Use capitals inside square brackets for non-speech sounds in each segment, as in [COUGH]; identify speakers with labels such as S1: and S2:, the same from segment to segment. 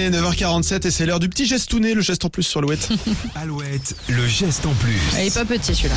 S1: est 9h47 et c'est l'heure du petit gestounet, le geste en plus sur l'ouette.
S2: Alouette, le geste en
S3: Il est
S2: plus.
S3: pas petit celui-là.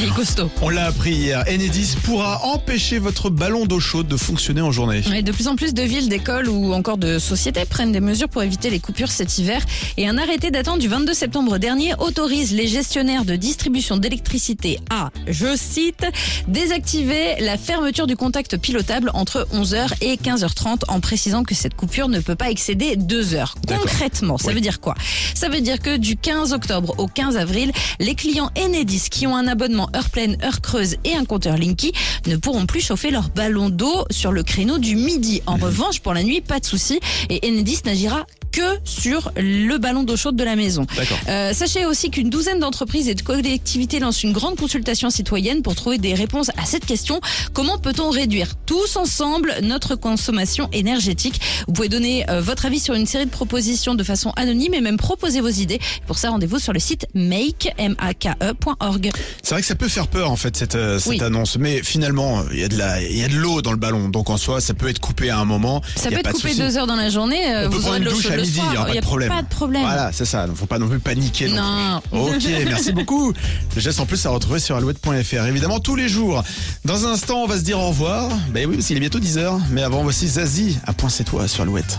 S3: Il est costaud.
S1: On l'a appris hier, Enedis pourra empêcher votre ballon d'eau chaude de fonctionner en journée.
S3: Et de plus en plus de villes, d'écoles ou encore de sociétés prennent des mesures pour éviter les coupures cet hiver. Et un arrêté datant du 22 septembre dernier autorise les gestionnaires de distribution d'électricité à, je cite, désactiver la fermeture du contact pilotable entre 11h et 15h30 en précisant que cette coupure ne peut pas excéder 2 heures.
S1: D'accord.
S3: Concrètement, ça
S1: Oui.
S3: veut dire quoi Ça veut dire que du 15 octobre au 15 avril, les clients Enedis qui ont un abonnement heure pleine, heure creuse et un compteur Linky ne pourront plus chauffer leur ballon d'eau sur le créneau du midi.
S1: Mhm.
S3: En revanche, pour la nuit, pas de souci et Enedis n'agira que sur le ballon d'eau chaude de la maison.
S1: D'accord.
S3: Euh, sachez aussi qu'une douzaine d'entreprises et de collectivités lancent une grande consultation citoyenne pour trouver des réponses à cette question. Comment peut-on réduire tous ensemble notre consommation énergétique Vous pouvez donner euh, votre avis sur une série de propositions de façon anonyme et même proposer vos idées. Pour ça, rendez-vous sur le site make E make.org.
S1: C'est vrai que ça peut faire peur en fait cette, euh, cette
S3: Oui.
S1: annonce, mais finalement il y a de la, il y a de l'eau dans le ballon, donc en soi ça peut être coupé à un moment.
S3: Ça
S1: il y a
S3: peut
S1: pas
S3: être
S1: de
S3: coupé
S1: souci.
S3: deux heures dans la journée. euh,
S1: On peut
S3: vous
S1: prendre
S3: aurez
S1: une
S3: de l'eau
S1: douche
S3: chaude
S1: à
S3: le
S1: midi, il
S3: soir.
S1: n'y aura pas de problème.
S3: Pas de problème.
S1: Voilà, c'est ça. Faut pas non plus paniquer. plus.
S3: Non.
S1: Ok,
S3: [LAUGHS]
S1: merci beaucoup. Le geste en plus à retrouver sur alouette.fr. Évidemment, tous les jours. Dans un instant, on va se dire au revoir. Ben oui, parce qu'il est bientôt 10h. Mais avant, voici Zazie à Point C'est Toi sur Alouette.